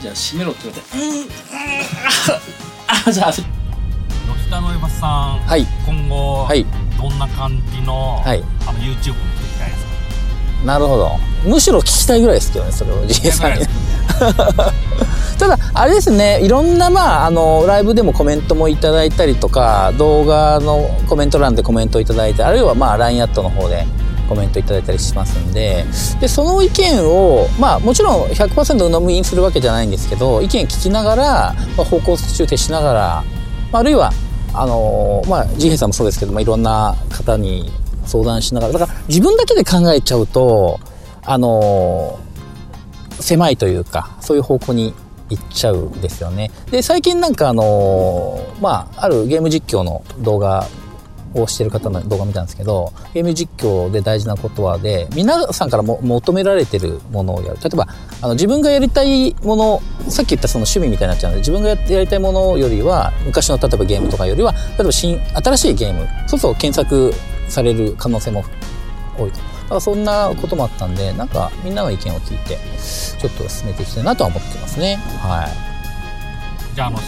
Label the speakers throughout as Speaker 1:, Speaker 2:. Speaker 1: じゃあ閉めろって言われてうんうん ああじゃあ
Speaker 2: ロキタのエバさん、
Speaker 1: はい
Speaker 2: 今後、
Speaker 1: はい
Speaker 2: どんな感じの,、
Speaker 1: はい
Speaker 2: あの YouTube も見ていきたいですか
Speaker 1: なるほどむしろ聞きたいぐらいですけどねそれを GA さんに
Speaker 2: 聞きたい
Speaker 1: ただあれですねいろんなまああのライブでもコメントもいただいたりとか動画のコメント欄でコメントをいただいてあるいはまあ LINE アットの方でコメントいただいたりしますんででその意見をまあもちろん100%鵜呑みにするわけじゃないんですけど意見聞きながら、まあ、方向修正しながらまああるいはあのまあジヘさんもそうですけど、まあ、いろんな方に相談しながらだから自分だけで考えちゃうとあの狭いというかそういう方向に行っちゃうんですよねで最近なんかあのまああるゲーム実況の動画をしてる方の動画見たんですけどゲーム実況で大事なことはで皆さんからも求められてるものをやる例えばあの自分がやりたいものさっき言ったその趣味みたいになっちゃうので自分がややりたいものよりは昔の例えばゲームとかよりは例えば新新しいゲームそうすると検索される可能性も多いとだからそんなこともあったんでなんかみんなの意見を聞いてちょっと進めていきたいなとは思ってますねはい
Speaker 2: ですじゃああの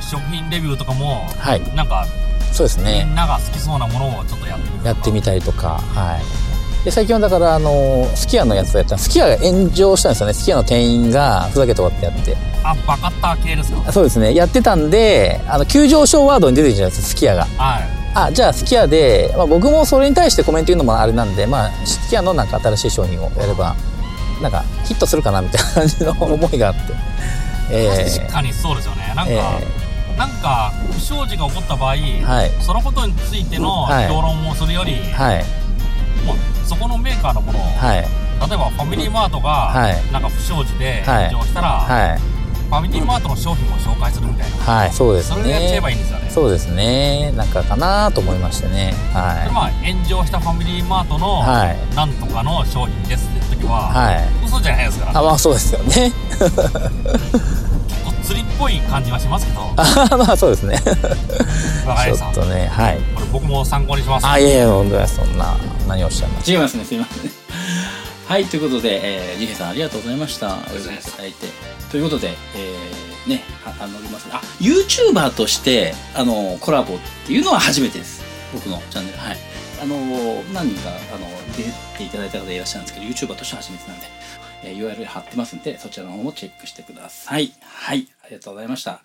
Speaker 2: 食品レビューとかも
Speaker 1: はい
Speaker 2: なんか
Speaker 1: そうです
Speaker 2: み
Speaker 1: ね
Speaker 2: んなが好きそうなものをちょっとやってみる
Speaker 1: やってみ
Speaker 2: て
Speaker 1: たりとかはいで最近はだからあのすき家のやつをやったすき家が炎上したんですよねすき家の店員がふざけて終わってやって
Speaker 2: あバカッター系ですか
Speaker 1: あそうですねやってたんであの急上昇ワードに出てるじゃないですかすき家が
Speaker 2: はい
Speaker 1: あじゃあすき家で、まあ、僕もそれに対してコメント言うのもあれなんでまあすき家のなんか新しい商品をやればなんかヒットするかなみたいな感 じの思いがあってえ
Speaker 2: 確かにそうですよねなんか、
Speaker 1: え
Speaker 2: なんか不祥事が起こった場合、
Speaker 1: えはい
Speaker 2: そのことについての
Speaker 1: はい
Speaker 2: 評論をするより、
Speaker 1: はい
Speaker 2: もうそこのメーカーのものを、
Speaker 1: はい
Speaker 2: 例えばファミリーマートが
Speaker 1: はい
Speaker 2: なんか不祥事で
Speaker 1: はい
Speaker 2: 炎上したら、
Speaker 1: はい
Speaker 2: ファミリーマートの商品を紹介するみたいな、
Speaker 1: はいそうです
Speaker 2: そ
Speaker 1: ね
Speaker 2: れでやっちゃえばいいんですよね
Speaker 1: そうですねなんかかなと思いましてね
Speaker 2: で
Speaker 1: は
Speaker 2: まあ炎上したファミリーマート
Speaker 1: い
Speaker 2: の
Speaker 1: はい
Speaker 2: なんとかの商品ですっていう時は、
Speaker 1: はい
Speaker 2: 嘘じゃないですから
Speaker 1: あまあそうですよね
Speaker 2: 結構釣りっぽい感じはしますけど
Speaker 1: あまあそうですね
Speaker 2: 若林
Speaker 1: ち
Speaker 2: さ
Speaker 1: ょっ
Speaker 2: んこと
Speaker 1: ねはい
Speaker 2: れ僕も参考にします
Speaker 1: あいやいや本当にそんな何をおっしゃいます
Speaker 3: 違いますねすいませんはいということで、えー、ジヘさんありがとうございましたお呼びいただいてということで、えー、ねああのりますあ YouTuber としてあのコラボっていうのは初めてです僕のチャンネルはいあの何人かあの出ていただいた方いらっしゃるんですけど YouTuber としては初めてなんで、えー、URL 貼ってますんでそちらの方もチェックしてくださいはいありがとうございました